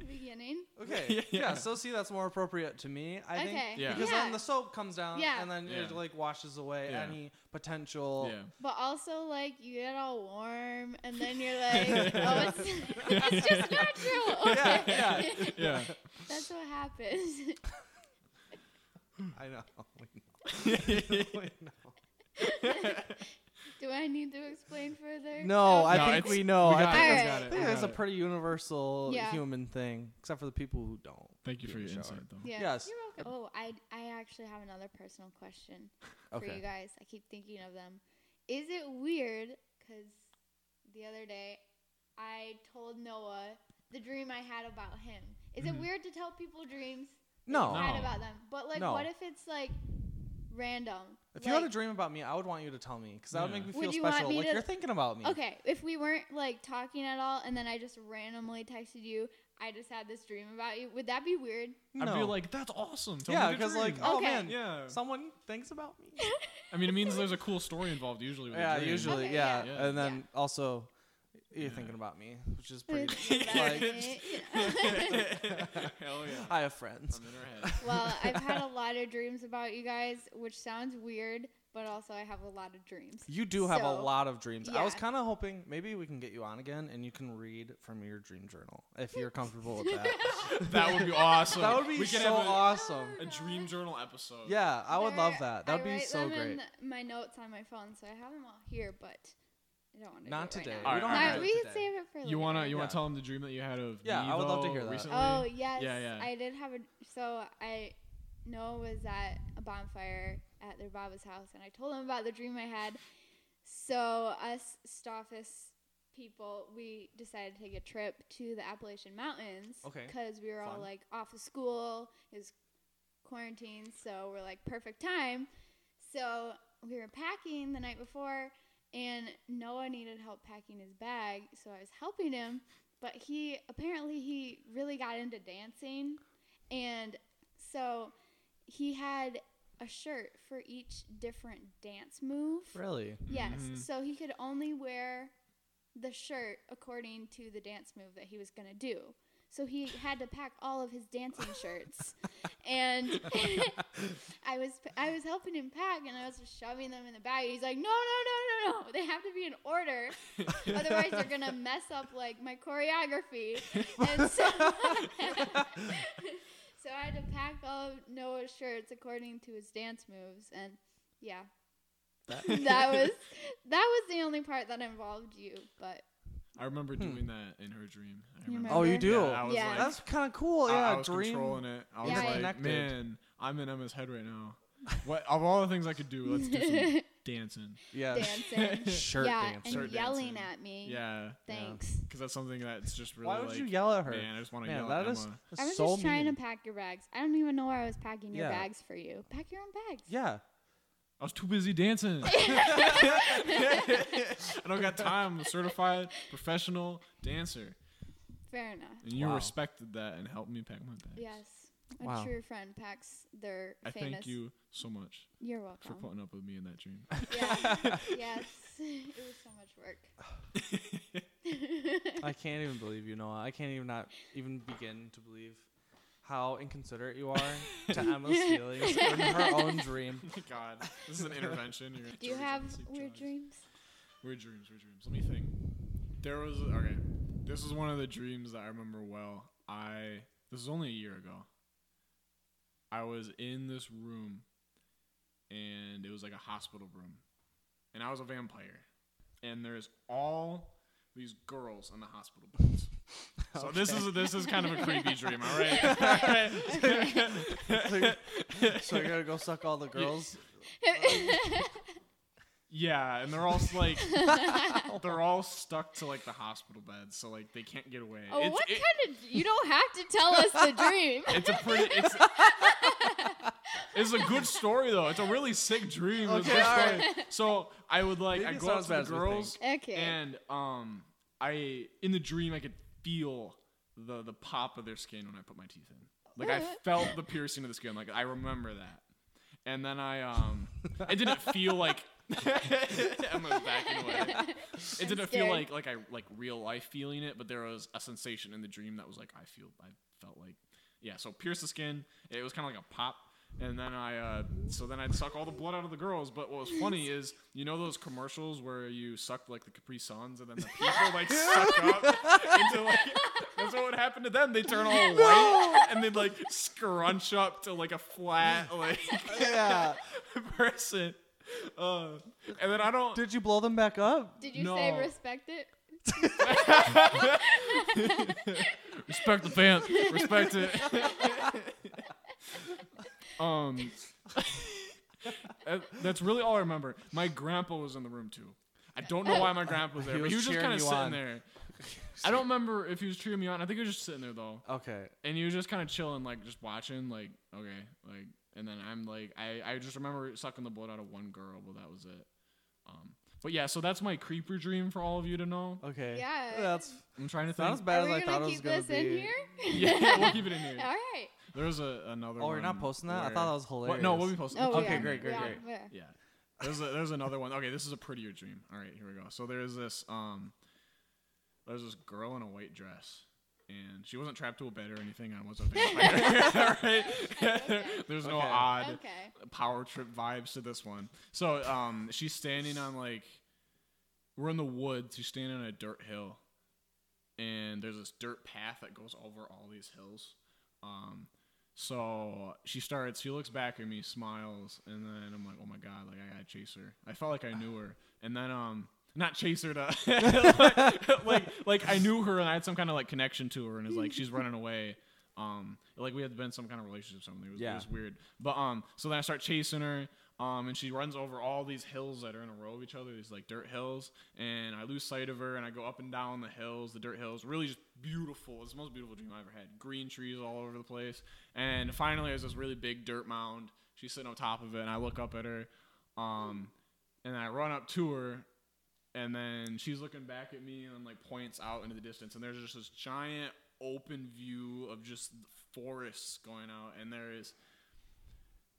Beginning.
okay,
Yeah.
yeah, So see, that's more appropriate to me. I think
Okay.
Yeah.
because
Yeah.
then the soap comes down,
Yeah.
and then it
Yeah.
like washes away
Yeah.
any potential.
yeah.
But also, like, you get all warm, and then you're like, oh, it's, [LAUGHS] it's
[LAUGHS]
[LAUGHS] just natural.
Yeah,
Okay.
yeah. [LAUGHS]
yeah.
[LAUGHS] That's what happens. [LAUGHS]
[LAUGHS]
I know. [LAUGHS] We know.
yeah.
We know.
Do Do I need to explain further?
No, I
No,
think
it's-
we know.
we
I
got
think,
it,
I
we
it,
got
think
we
that's
got
a
it.
pretty universal
Yeah.
human thing, except for the people who don't.
Thank you for
Give
your
it a shot.
insight, though.
Yeah.
Yes.
You're welcome. Oh, I I actually have another personal question for you
Okay.
guys. I keep thinking of them. Is it weird? Because the other day, I told Noah the dream I had about him. Is
Mhm.
it weird to tell people dreams
Mm-hmm. No.
I had
No.
about them? But like,
No.
what if it's like random?
If you had a
Like,
dream about me, I would want you to tell me because that would
Yeah.
make me
Would
feel
you want
special.
me
like
to-
you're thinking about me.
Okay, if we weren't like talking at all, and then I just randomly texted you, I just had this dream about you. Would that
[LAUGHS]
be weird?
I'd be
No.
like, that's awesome. Tell
yeah,
me the
because like,
dream."
oh
Okay.
man,
yeah.
someone thinks about me.
I mean, it means there's a
[LAUGHS]
cool story involved usually. With a
yeah,
dream.
usually,
[LAUGHS] Okay,
yeah.
yeah.
and then also you're
Yeah.
thinking about me, which
[LAUGHS]
is pretty. [LAUGHS]
That's
[LAUGHS]
like,
it. [LAUGHS]
Hell yeah.
I have friends.
I'm in her head.
well, I've had a lot of dreams about you guys, which sounds weird, but also I have a lot of dreams.
You do have a
So,
lot of dreams. I was
yeah.
kind of hoping maybe we can get you on again and you can read from your dream journal if you're comfortable with that.
[LAUGHS]
[LAUGHS]
That would be awesome.
that would be
we
so
can have a,
awesome.
a dream journal episode.
Yeah, I would love
They're-
that. That would
I
be
write
so
them
great.
In my notes on my phone, so I have them all here, but I don't want to.
Not
do it
today.
Right
All
now.
right,
we don't
all right.
have
No,
to do
we
it
can
today.
save it for later.
You wanna you wanna
Yeah.
tell them the dream that you had of
Yeah, I would love to
Mevo
hear that.
recently?
Oh
[LAUGHS]
yes.
yeah.
I did have a so I Noah was at a bonfire at their Baba's house and I told him about the dream I had. So us Stoffis people, we decided to take a trip to the Appalachian Mountains.
Okay.
Because we were all
Fun.
like off of school, it was quarantine, so we're like perfect time. So we were packing the night before and Noah needed help packing his bag, so I was helping him. But he apparently he really got into dancing, and so he had a shirt for each different dance move.
Really?
Yes,
Mhm.
so he could only wear the shirt according to the dance move that he was gonna do. So he had to pack all of his dancing shirts, and I was I was helping him pack, and I was just shoving them in the bag. He's like, "No, no, no, no, no! They have to be in order, otherwise you're gonna mess up like my choreography." And so, [LAUGHS] so I had to pack all of Noah's shirts according to his dance moves, and yeah, [LAUGHS] that
[LAUGHS]
was that was the only part that involved you, but
I remember
Hmm.
doing that in her dream. I
You
remember.
Oh, you do.
Remember?
Yeah, I was
Yeah.
like,
That's kind of cool.
I-
Yeah,
I, was
dream.
controlling it. I was
Yeah.
like,
Connected.
man, I'm in Emma's head right now. What of all the things I could do, let's do
[LAUGHS]
some dancing.
Yeah.
dancing,
[LAUGHS] Shirt
yeah,
dancing.
and
[LAUGHS] Shirt
yelling
dancing.
at me.
Yeah,
thanks.
because that's something that's just really.
Why would
like,
you yell at her?
Man, I just want to
Man,
yell at
that
Emma.
is
I was
so
just trying
mean.
to pack your bags. I don't even know why I was packing your
Yeah.
bags for you. Pack your own bags.
Yeah.
[LAUGHS]
[LAUGHS]
I was too busy dancing. I don't
[LAUGHS]
got time. I'm a certified professional dancer,
Fair enough.
and you
Wow.
respected that and helped me pack my bags.
Yes. A
Wow.
true friend packs their
I
famous.
thank you so much
You're
for
welcome.
putting up with me in that
[LAUGHS]
dream. [LAUGHS]
Yeah. yes. [LAUGHS] It was so much [LAUGHS] work.
I can't even believe you, Noah. I can't even not even begin to believe how inconsiderate you are
[LAUGHS]
to Emma's feelings in her own dream.
my God, this
[LAUGHS]
is an intervention. You're
Do you have weird dreams?
Weird dreams, weird dreams. Let me think. There was okay. This is one of the dreams that I remember well. I this is only a year ago. I was in this room, and it was like a hospital room, and I was a vampire, and there's all these girls in the hospital beds. So this is this is kind of a creepy dream, all right? [LAUGHS]
So I gotta go suck all the girls.
Um, Yeah, and they're all s- like they're all stuck to like the hospital beds, so like they can't get away.
[LAUGHS] Oh,
It's-
what
it-
kind of? You don't have to tell us
[LAUGHS]
the dream.
It's a pretty.
[LAUGHS]
It's, it's a good story though. It's a really sick dream. It's a
Okay,
good
all
story. So I would like
Maybe
I
it's
go
not
up
as
to
bad
the
as we
girls
Okay.
and um I in the dream I could feel the the pop of their skin when I put my teeth in. Like I felt the piercing of the skin. Like I remember that. And then I um it didn't feel
[LAUGHS]
like [LAUGHS] Emma's backing away. It didn't feel
scared.
like like I like real life feeling it, but there was a sensation in the dream that was like I feel I felt like yeah. So pierce the skin. It was kind of like a pop, and then I uh, so then I'd suck all the blood out of the girls. But what was funny is you know those commercials where you suck like the Capri Suns and then the people like suck up into like. [LAUGHS] That's what would happen to them. They turn all white and they'd [LAUGHS] like scrunch up to like a flat like
Yeah.
person. Uh, and then I don't.
Did you blow them back up?
Did you say
No.
respect it?
respect the fans. Respect it. [LAUGHS] um, that- that's really all I remember. My grandpa was in the room too. I don't know why my grandpa was there,
He
but he
was
was just
cheering
kind of
you
sitting
on.
there. I don't remember if he was cheering me on. I think he was just sitting there though,
Okay.
and he was just kind of chilling, like just watching, like okay, like. And then I'm like, I, I just remember sucking the blood out of one girl, but that was it. Um, but yeah, so that's my creeper dream for all of you to know.
Okay.
Yeah.
That's
I'm trying to think.
not as
Are
bad
we
as I thought
gonna
it was
keep
gonna
this
be.
in
[LAUGHS]
here?
[LAUGHS] Yeah, we'll keep it in here.
[LAUGHS] All right.
There was a, another.
Oh,
one.
you're not posting that? I
where-
thought that was hilarious.
What, no, we'll be posting.
Oh,
we'll keep
Okay,
yeah.
it.
great, great,
yeah,
great.
yeah.
Yeah. There's a, there's another one. Okay, this is a prettier dream. All right, here we go. So there is this um, there's this girl in a white dress, and she wasn't trapped to a bed or anything. I
[LAUGHS]
was a vampire. [LAUGHS] All right. [LAUGHS] there's no
Okay.
odd
Okay.
power trip vibes to this one. So um, she's standing on like we're in the woods. She's standing on a dirt hill, and there's this dirt path that goes over all these hills. Um, so she starts. She looks back at me, smiles, and then I'm like, "Oh my god! Like I gotta chase her." I felt like I knew her, and then um, not chase her to [LAUGHS] like like I knew her and I had some kind of like connection to her, and it's like she's running away. Um, like we had been in some kind of relationship, or something. It was,
Yeah.
it was weird. But um, so then I start chasing her. Um, and she runs over all these hills that are in a row of each other, these like dirt hills. And I lose sight of her, and I go up and down the hills, the dirt hills. Really just beautiful. It's the most beautiful dream I ever had. Green trees all over the place. And finally, there's this really big dirt mound. She's sitting on top of it, and I look up at her. Um, and I run up to her, and then she's looking back at me and like points out into the distance and there's just this giant open view of just the forests going out and there is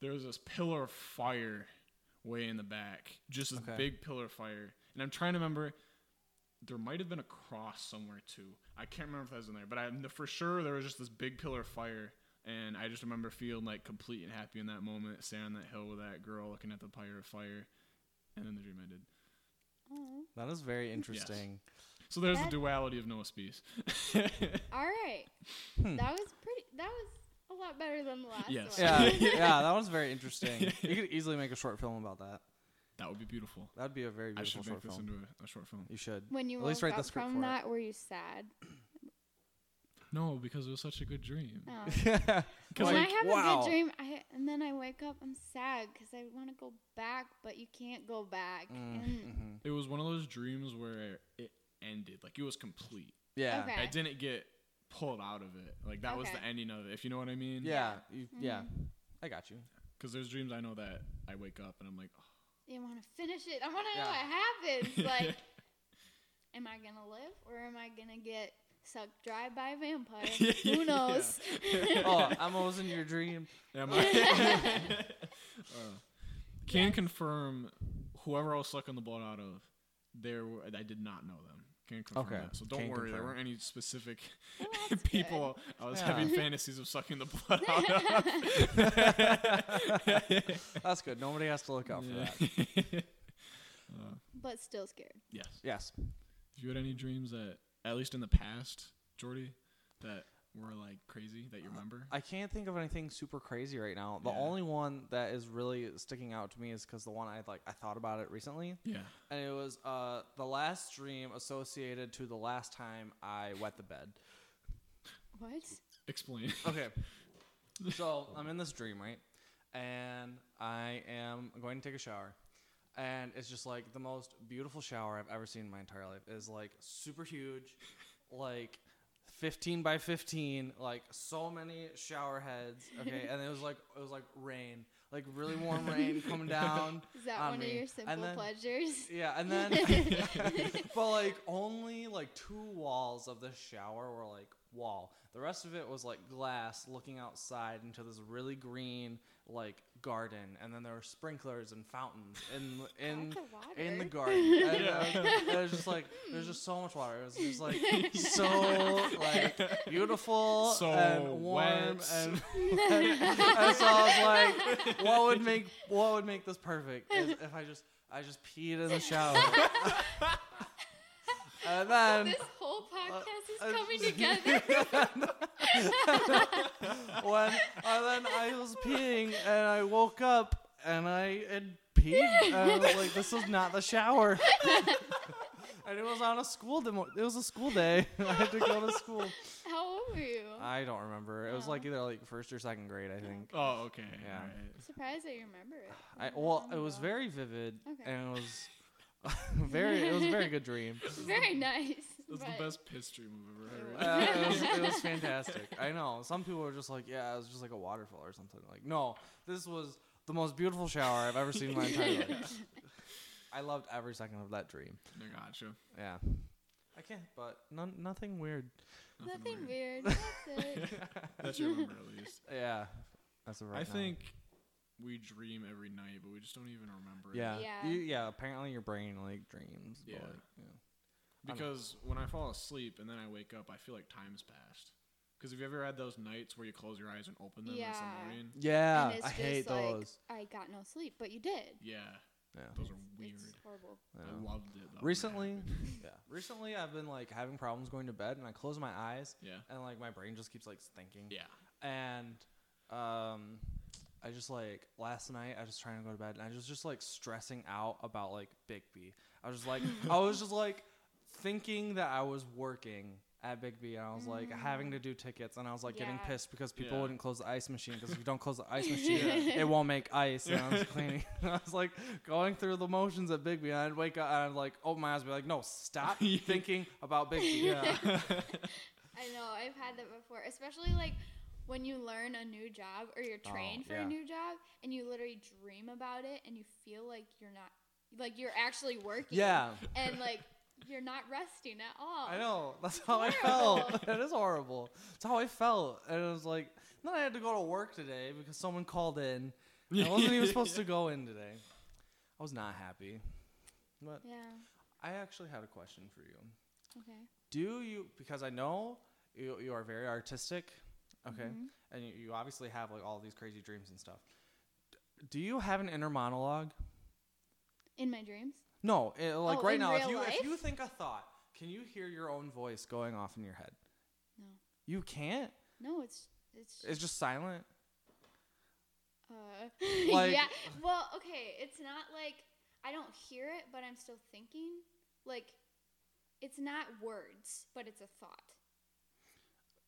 there's this pillar of fire way in the back just this
Okay.
big pillar of fire and i'm trying to remember there might have been a cross somewhere too i can't remember if that was in there but i for sure there was just this big pillar of fire and i just remember feeling like complete and happy in that moment standing on that hill with that girl looking at the pyre of fire and then the dream ended
Oh.
That is very interesting.
[LAUGHS]
So there's
That-
the duality of Noah [LAUGHS] Spees.
All right.
Hmm.
That was pretty. That was a lot better than the last
Yes.
one.
[LAUGHS]
Yeah,
[LAUGHS]
yeah, that one's very interesting. You could easily make a short film about that.
that would be beautiful.
That'd be a very
I
beautiful
should
short
make this
film.
into a, a short film.
You should. [LAUGHS]
When you
At least
woke
write the
up
script
from
for it.
that, were you sad?
[LAUGHS] No, because it was such a good dream.
Oh.
yeah.
Cause
when
like,
I have a
wow.
good dream, I and then I wake up, I'm sad because I want to go back, but you can't go back. And
Mm-hmm.
It was one of those dreams where it ended. Like it was complete.
Yeah.
Okay.
I didn't get pulled out of it. Like that was the
Okay.
ending of it, if you know what I mean.
Yeah. You,
Mm-hmm.
Yeah. I got you.
Because there's dreams I know that I wake up and I'm like, oh,
you want to finish it. I want to
[LAUGHS]
Yeah.
know what happens. Like, am I gonna live or am I gonna get sucked dry by a
[LAUGHS]
vampire? Who knows?
Oh, I'm always in your dream.
am
[LAUGHS]
I? [LAUGHS] Uh, can confirm whoever I was sucking the blood out of, there were, I did not know them. Can confirm
Okay.
that. So don't
Can
worry, there
confirm.
weren't any specific [LAUGHS]
Well, that's
people I was
Yeah.
having fantasies of sucking the blood out of.
[LAUGHS] That's good. Nobody has to look out for that.
Good, [LAUGHS] but still scared.
[LAUGHS] yes.
Yes.
Have you had any dreams that, at least in the past, Jordy, that were like crazy that you
Uh,
remember?
I can't think of anything super crazy right now. The
Yeah.
only one that is really sticking out to me is because the one I like I thought about it recently,
yeah.
and it was uh, the last dream associated to the last time I wet the bed.
What?
Explain.
Okay. So I'm in this dream, right? And I am going to take a shower. And it's just like the most beautiful shower I've ever seen in my entire life. It is like super huge, like 15 by 15, like so many shower heads. Okay. and it was like, it was like rain, like really warm rain coming down.
Is that
on
one
me.
of your
And
simple
then-
pleasures?
Yeah, and
[LAUGHS]
then, [LAUGHS] but like only like two walls of the shower were like wall. The rest of it was like glass, looking outside into this really green like garden, and then there were sprinklers and fountains in
[LAUGHS]
in
Lots of
in the
water.
garden. And uh, there was just like there's just so much water. It was just like [LAUGHS] so like beautiful
So
and warm
wet.
and [LAUGHS] and so I was like, what would make what would make this perfect is if I just I just peed in the
[LAUGHS]
shower. and then
This whole
uh,
podcast
I [LAUGHS]
is coming
just-
together.
when and then I was peeing and I woke up and I had peed. I was like, this was not the
[LAUGHS]
shower. and it was on a school demo. It was a school day. [LAUGHS] I had to go to school.
How old were you?
I don't remember. It was
Oh.
like either like first or second grade, I think.
Oh, okay.
Yeah.
alright.
I'm surprised that you remember it.
I
Yeah,
well,
oh
it
my
was
God.
very vivid,
Okay.
and it was [LAUGHS] very. It was a very good
[LAUGHS]
dream.
[LAUGHS] very nice.
That's
but-
the best piss stream I've [LAUGHS] ever heard.
Uh, it, was, it was fantastic. I know. Some people are just like, yeah, it was just like a waterfall or something. Like, no, this was the most beautiful shower I've ever seen
[LAUGHS]
in my entire life. I loved every second of that dream.
I gotcha.
Yeah. I can't, but none, nothing
[LAUGHS]
weird.
Nothing
Nothing
weird.
[LAUGHS]
weird. That's it.
[LAUGHS] That you remember at least.
Yeah. That's a
I
right now.
think we dream every night, but we just don't even remember it.
Yeah.
Yeah.
Yeah. You, yeah. Apparently, your brain like dreams. but,
Yeah.
like, yeah. I know.
Because when I fall asleep and then I wake up, I feel like time's passed. Because have you ever had those nights where you close your eyes and open them as
Yeah.
the morning?
Yeah,
and it's
I
just
hate
like,
those.
I got no sleep, but you did.
Yeah,
Yeah.
those are weird.
It's horrible.
I know.
I loved it. though, when it
Recently,
happened.
[LAUGHS] yeah. Recently, I've been like having problems going to bed, and I close my eyes,
Yeah.
and like my brain just keeps like thinking.
Yeah.
And um, I just like last night I was trying to go to bed, and I was just like stressing out about like Bigby. I was just like, I was just like thinking that I was working at Bigby, and I was like having to do tickets, and I was like getting
Yeah.
pissed because people
Yeah.
wouldn't close the ice machine because if you don't close the ice machine, it won't make ice. And I was cleaning. [LAUGHS] I was like going through the motions at Bigby, and I'd wake up and I'd like open my eyes, and be like, no, stop thinking about Bigby.
Yeah.
I know, I've had that before, especially like when you learn a new job or you're
Oh,
trained for
yeah.
a new job and you literally dream about it and you feel like you're not like you're actually working.
Yeah.
And like you're not resting at all.
I know. That's how I felt. [LAUGHS] It is horrible. It's how I felt. And it was like, then I had to go to work today because someone called in. and I wasn't even supposed
[LAUGHS]
to go in today. I was not happy. But
Yeah.
I actually had a question for you.
Okay.
Do you, because I know you, you are very artistic, okay?
Mm-hmm.
And you, you obviously have like all these crazy dreams and stuff. D- Do you have an inner monologue?
In my dreams.
No, eh, like
Oh,
right
in
now, if
real
you
life?
if you think a thought, can you hear your own voice going off in your head?
No.
You can't.
No, it's it's
It's just silent.
uh [LAUGHS]
Like-
yeah. Well, okay, it's not like I don't hear it, but I'm still thinking. Like it's not words, but it's a thought.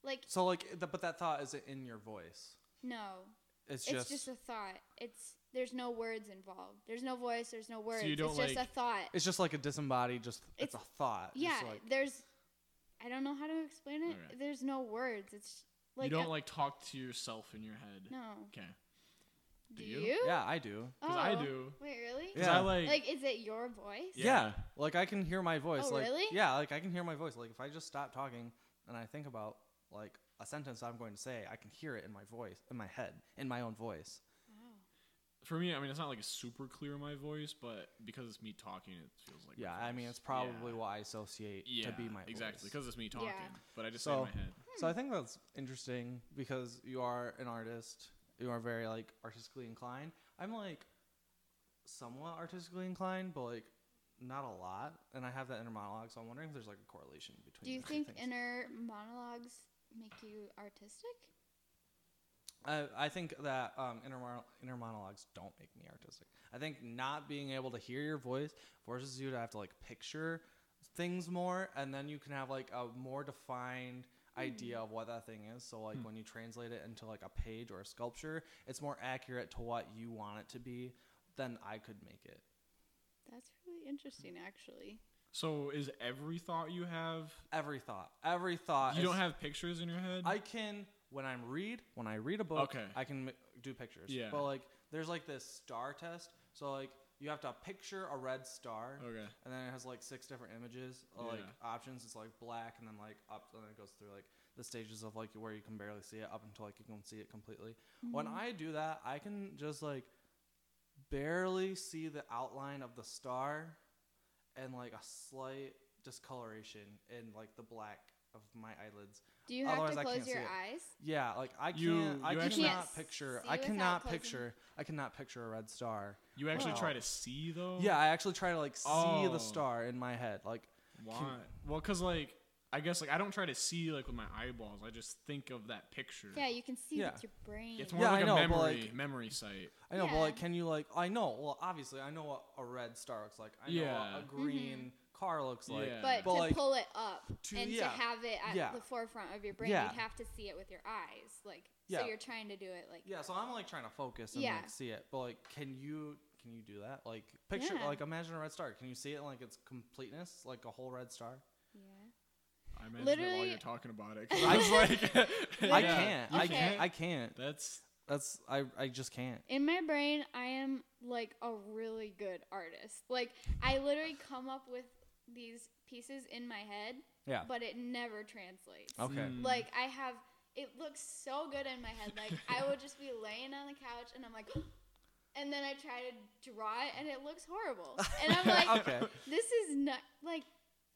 Like
So like, th- but that thought isn't in your voice.
no,
It's,
it's
just,
just a thought. It's there's no words involved. There's no voice. There's no words.
you
it's
don't,
just
like-
a thought.
it's just like a disembodied. Just it's,
It's-
a thought. Just
yeah,
like-
there's. I don't know how to explain it.
Alright.
There's no words. It's like
you don't
a-
like talk to yourself in your head.
no.
Okay.
Do
Do
you?
you?
yeah, I do.
Because I
Oh.
do.
Wait, really?
'Cause
Yeah.
I like.
Like, is it your voice?
Yeah.
Yeah.
like I can hear my voice.
Oh,
like,
really?
Yeah, like I can hear my voice. Like if I just stop talking and I think about like a sentence I'm going to say, I can hear it in my voice, in my head, in my own voice.
Wow.
for me, I mean, it's not like super clear in my voice, but because it's me talking, it feels like. my
Yeah, I mean
voice.
it's probably
yeah.
what I associate
Yeah,
to be my
exactly
voice.
because it's me talking, but I just
So-
say it in my head.
So I think that's interesting because you are an artist. You are very like artistically inclined. I'm like somewhat artistically inclined, but like not a lot. And I have that inner monologue, so I'm wondering if there's like a correlation between.
Do you
the two
think
things.
inner monologues make you artistic?
I, I think that um, inner mono- inner monologues don't make me artistic. I think not being able to hear your voice forces you to have to like picture things more, and then you can have like a more defined idea
Hmm.
of what that thing is. So like when you translate it into like a page or a sculpture, it's more accurate to what you want it to be than I could make it.
That's really interesting, actually.
So is every thought you have?
Every thought, every thought.
You
is-
don't have pictures in your head.
Uh, I can when I read when I read a book.
Okay.
I can m- do pictures.
Yeah.
But like, there's like this star test. So like, you have to picture a red star.
okay.
And then it has like six different images, uh, like
Yeah.
options. It's like black, and then like up, and then it goes through like the stages of like where you can barely see it, up until like you can see it completely.
Mm-hmm.
When I do that, I can just like barely see the outline of the star, and like a slight discoloration in like the black of my eyelids.
Do you have
Otherwise,
to
I
close
can't see
your
it.
eyes?
Yeah, like I can't.
You-
I
you
cannot
actually-
Can't
picture.
see
I
without
cannot
closing-
picture. I cannot picture a red star.
You actually
Wow.
try to see though.
Yeah, I actually try to like see the
Oh.
star in my head. Like
Why? Well, because like I guess like I don't try to see like with my eyeballs. I just think of that picture.
Yeah, you can see
Yeah.
with your brain.
It's more
Yeah,
like
I
a
know, but,
memory
like-
memory site.
I know, but
Yeah.
like, can you like? I know. Well, obviously, I know what a red star looks like. I know
Yeah.
what a green car looks like.
Yeah.
Mm-hmm. but,
But,
to
like,
pull it up
to-
and to
yeah.
have it at
Yeah.
the forefront of your brain,
Yeah.
you'd have to see it with your eyes. Like
Yeah.
so, you're trying to do it like
Yeah, so I'm like trying to focus and
Yeah.
like see it, but like, can you can you do that? Like, picture
Yeah.
like imagine a red star. Can you see it in, like its completeness, like a whole red star?
yeah.
I imagine it while
Literally-
you're talking about it. 'cause I was like, [LAUGHS]
I
Yeah,
can't.
you
I
Okay.
can't. I can't.
That's
That's I. I just can't.
In my brain, I am like a really good artist. Like I literally come up with these pieces in my head,
Yeah. Oh.
but it never translates.
Okay.
Mm.
Like I have it looks so good in my head. Like I would just be laying on the couch and I'm like [GASPS] and then I try to draw it and it looks horrible. And
[LAUGHS]
I'm like
okay.
this is not like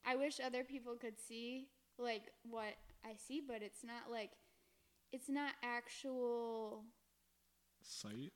I wish other people could see like what I see, but it's not like it's not actual
site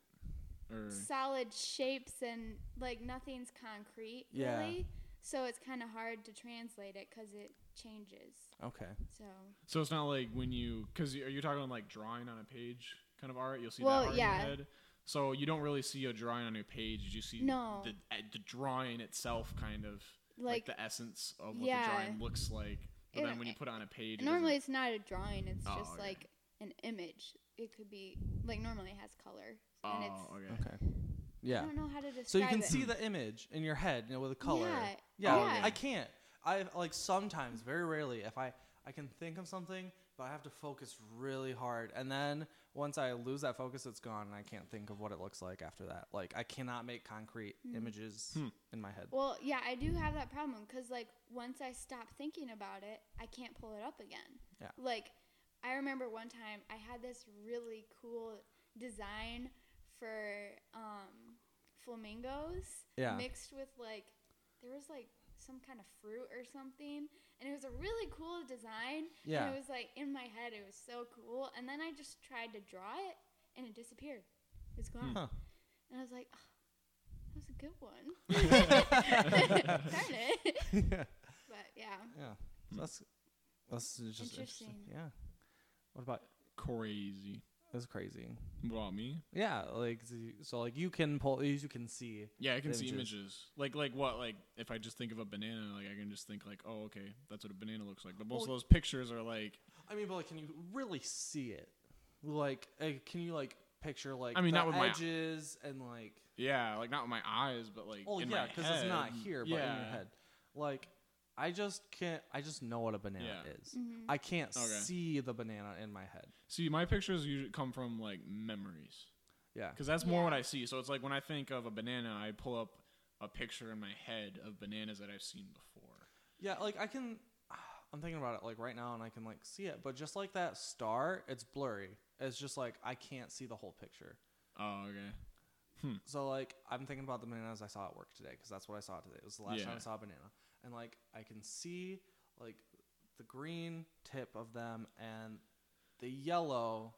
Hmm.
or
solid shapes and like nothing's concrete
Yeah.
really. So it's kind of hard to translate it because it changes.
Okay.
So
so it's not like when you because are you talking like drawing on a page kind of art? You'll see
Well,
that art
yeah.
in your head. So you don't really see a drawing on a page. You see
No.
the uh, the drawing itself, kind of like,
like,
the essence of what
yeah.
the drawing looks like. But
And
then when you
I-
put it on a page, it
normally
doesn't-
it's not a drawing. It's
Oh,
just
okay.
like an image. It could be like normally it has color. and it's,
oh okay.
Okay. Yeah.
I don't know how to describe
So you can
it.
see the image in your head, you know, with a color.
Yeah.
Yeah,
Yeah.
I can't. I like sometimes, very rarely, if I I can think of something, but I have to focus really hard, and then once I lose that focus, it's gone, and I can't think of what it looks like after that. Like I cannot make concrete images
Hmm.
in my head.
Well, yeah, I do have that problem because, like, once I stop thinking about it, I can't pull it up again.
Yeah.
Like, I remember one time I had this really cool design for um, flamingos
Yeah.
mixed with, like, there was, like, some kind of fruit or something. And it was a really cool design.
Yeah.
And it was, like, in my head, it was so cool. And then I just tried to draw it and it disappeared. It's [LAUGHS] gone.
Huh.
And I was like, "Ah, that was a good
[LAUGHS]
one. Darn it.
yeah.
[LAUGHS] But yeah.
So that's that's just interesting.
Interesting.
Yeah. What about
Crazy.
that's crazy?
What about me?
Yeah, like so- so, like you can pull, you can see.
Yeah, I can see
images.
images. Like like what? Like if I just think of a banana, like I can just think like, oh, okay, that's what a banana looks like. But most of
Well-
those pictures are like,
I mean, but like, can you really see it? Like, uh, can you like picture like
I mean,
the
not with my-
edges and like?
yeah, like not with my eyes, but like
Oh
in
yeah,
my
because it's not
head.
here, but in your
Yeah.
head. Like, I just can't. I just know what a banana
Yeah.
is.
Mhm.
I can't
Okay.
see the banana in my head.
See, my pictures usually come from like memories,
Yeah.
because that's more
Yeah.
what I see. So it's like when I think of a banana, I pull up a picture in my head of bananas that I've seen before.
Yeah, like I can. [SIGHS] I'm thinking about it like right now, and I can like see it, but just like that star, it's blurry. It's just like I can't see the whole picture.
Oh, okay.
So like I'm thinking about the bananas I saw at work today because that's what I saw today. It was the last time
Yeah.
I saw a banana, and like I can see like the green tip of them and the yellow,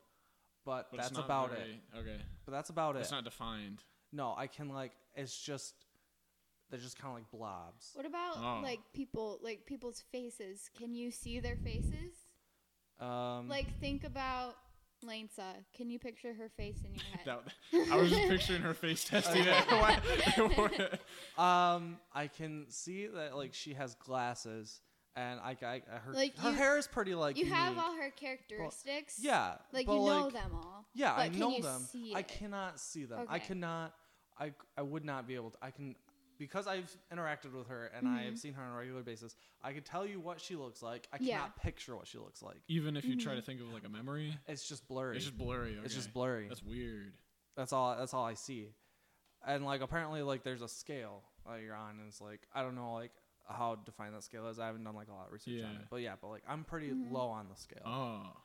but,
But it's
that's
not
about it.
very- Okay,
But that's about
it's
it.
not defined.
no, I can like it's just they're just kind of like blobs.
What about
Oh.
like people, like people's faces? Can you see their faces?
Um,
Like, think about Lainsa. Can you picture her face
[LAUGHS]
in your head?
That, I was just picturing her face testing [LAUGHS] it.
um, I can see that like she has glasses, and I, I, I- her
Like,
her
you-
hair is pretty like
you have
unique.
all her characteristics.
yeah,
Like,
but,
you know
like,
them all.
Yeah, I
but can
know
you
them.
see
I
it?
cannot see them. I
Okay.
cannot. I I would not be able to. I can because I've interacted with her and
Mm-hmm.
I've seen her on a regular basis. I could tell you what she looks like. I
Yeah.
cannot picture what she looks like.
Even if you try to think of like a memory,
It's just blurry.
It's just blurry. Okay.
It's just blurry.
That's weird.
that's all. That's all I see. And like apparently, like there's a scale that you're on, and it's like I don't know like how defined that scale is. I haven't done like a lot of research on
Yeah.
it, but yeah, but like I'm pretty
Mm-hmm.
low on the scale.
Oh,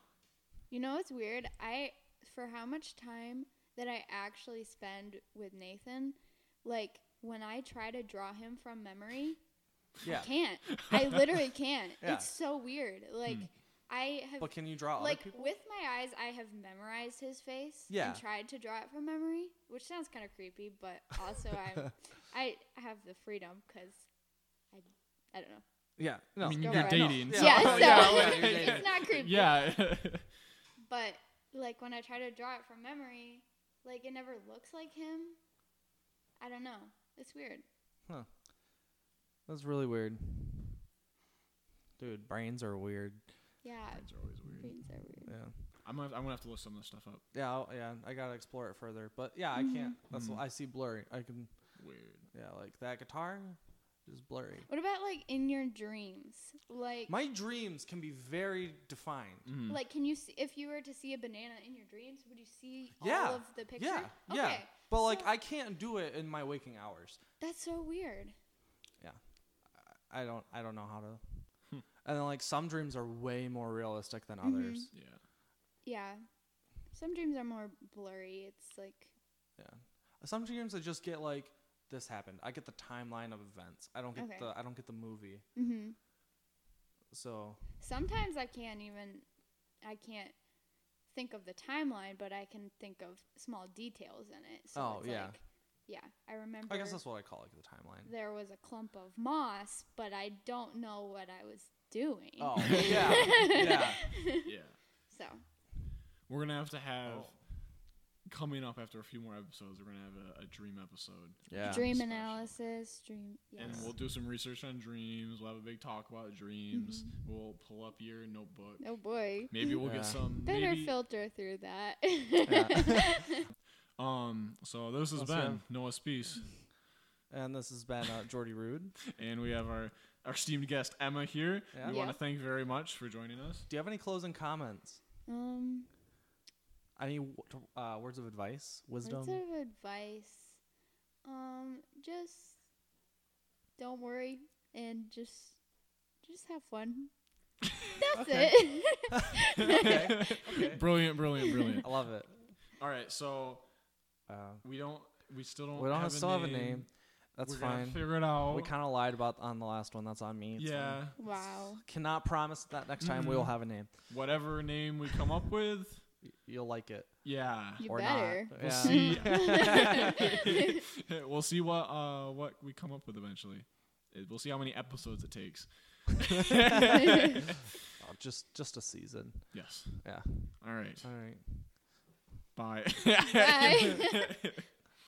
You know what's weird? I for how much time that I actually spend with Nathan, like when I try to draw him from memory,
yeah,
I
[LAUGHS]
can't. I literally can't.
Yeah. Hmm.
It's so weird. Like I have
but can you draw
like
other
[LAUGHS]
people?
with my eyes I have memorized his face
Yeah.
and tried to draw it from memory, which sounds kind of creepy,
[LAUGHS]
but also I I have the freedom cuz I I don't know.
[LAUGHS] Yeah. No.
I mean,
Go
you're
back.
dating.
[LAUGHS] Yeah.
so-
Yeah,
Oh,
so
yeah,
[LAUGHS]
yeah, you're
it's
dating.
not creepy.
Oh. Yeah. [LAUGHS]
But like when I try to draw it from memory, like it never looks like him. I don't know. It's weird.
That's really weird. Dude, brains are weird.
Yeah,
Friends are always weird.
brains are weird.
Yeah.
I'm gonna, I'm gonna have to look some of this stuff up.
Yeah. I'll, yeah. I gotta explore it further. But yeah, I
Mhm.
can't. That's
Mhm.
why I see blurry. I can.
Weird.
Yeah, like that guitar, is blurry.
What about like in your dreams? Like
My dreams can be very defined.
Mm.
like can you see if you were to see a banana in your dreams, would you see
Yeah,
all of the picture?
yeah, yeah.
Okay.
But like
So-
I can't do it in my waking hours.
That's so weird.
I don't I don't know how to.
Hmm.
And then like some dreams are way more realistic than
Mhm.
others.
yeah.
Yeah. Some dreams are more blurry. It's like
Some dreams I just get like this happened. I get the timeline of events. I don't get
Okay.
the I don't get the movie.
hmm
So
sometimes I can't even I can't think of the timeline, but I can think of small details in it. So
Oh,
it's
yeah.
like yeah. I remember
I guess that's what I call like the
[LAUGHS]
timeline.
there was a clump of moss, but I don't know what I was doing.
[LAUGHS]
Oh yeah.
[LAUGHS]
yeah.
Yeah.
So
[LAUGHS] We're gonna have to have
Oh.
coming up after a few more episodes. We're gonna have a, a dream episode.
Yeah.
dream
Special.
analysis, dream. Yes.
And we'll do some research on dreams. We'll have a big talk about dreams.
Mm-hmm.
We'll pull up your notebook.
oh boy.
Maybe we'll
Yeah.
get some.
Better
maybe-
filter through that.
[LAUGHS]
Um. So this has
Let's
been
have-
Noah Spees,
And this has been uh,
[LAUGHS]
Jordy Rude.
and we have our our esteemed guest Emma here.
Yeah.
We want
Yeah.
to thank very much for joining us.
Do you have any closing comments?
[LAUGHS] um,
Any w- uh, words of advice,
what
wisdom?
sort of advice? Um, just don't worry and just just have
[LAUGHS]
fun. That's
Okay.
it. [LAUGHS]
[LAUGHS] okay. okay.
Brilliant, brilliant,
[LAUGHS]
brilliant.
I love it.
All right. So
Uh,
we don't. We still don't.
we don't
have
have,
a
still have a
name.
name. That's
We're Gonna
fine.
figure it out.
We kind of lied about on the last one. That's on me. It's
yeah.
fine.
wow.
Cannot promise that next time we will
Mhm.
have a name.
Whatever name we come up with.
Y- You'll like it
Yeah.
You
or
better.
not.
We'll
Yeah.
see. [LAUGHS] we'll see what uh what we come up with eventually. Uh, We'll see how many episodes it takes. [LAUGHS]
Oh, [LAUGHS] just just a season.
Yes.
Yeah.
All right.
All right.
Bye. [LAUGHS]
Bye.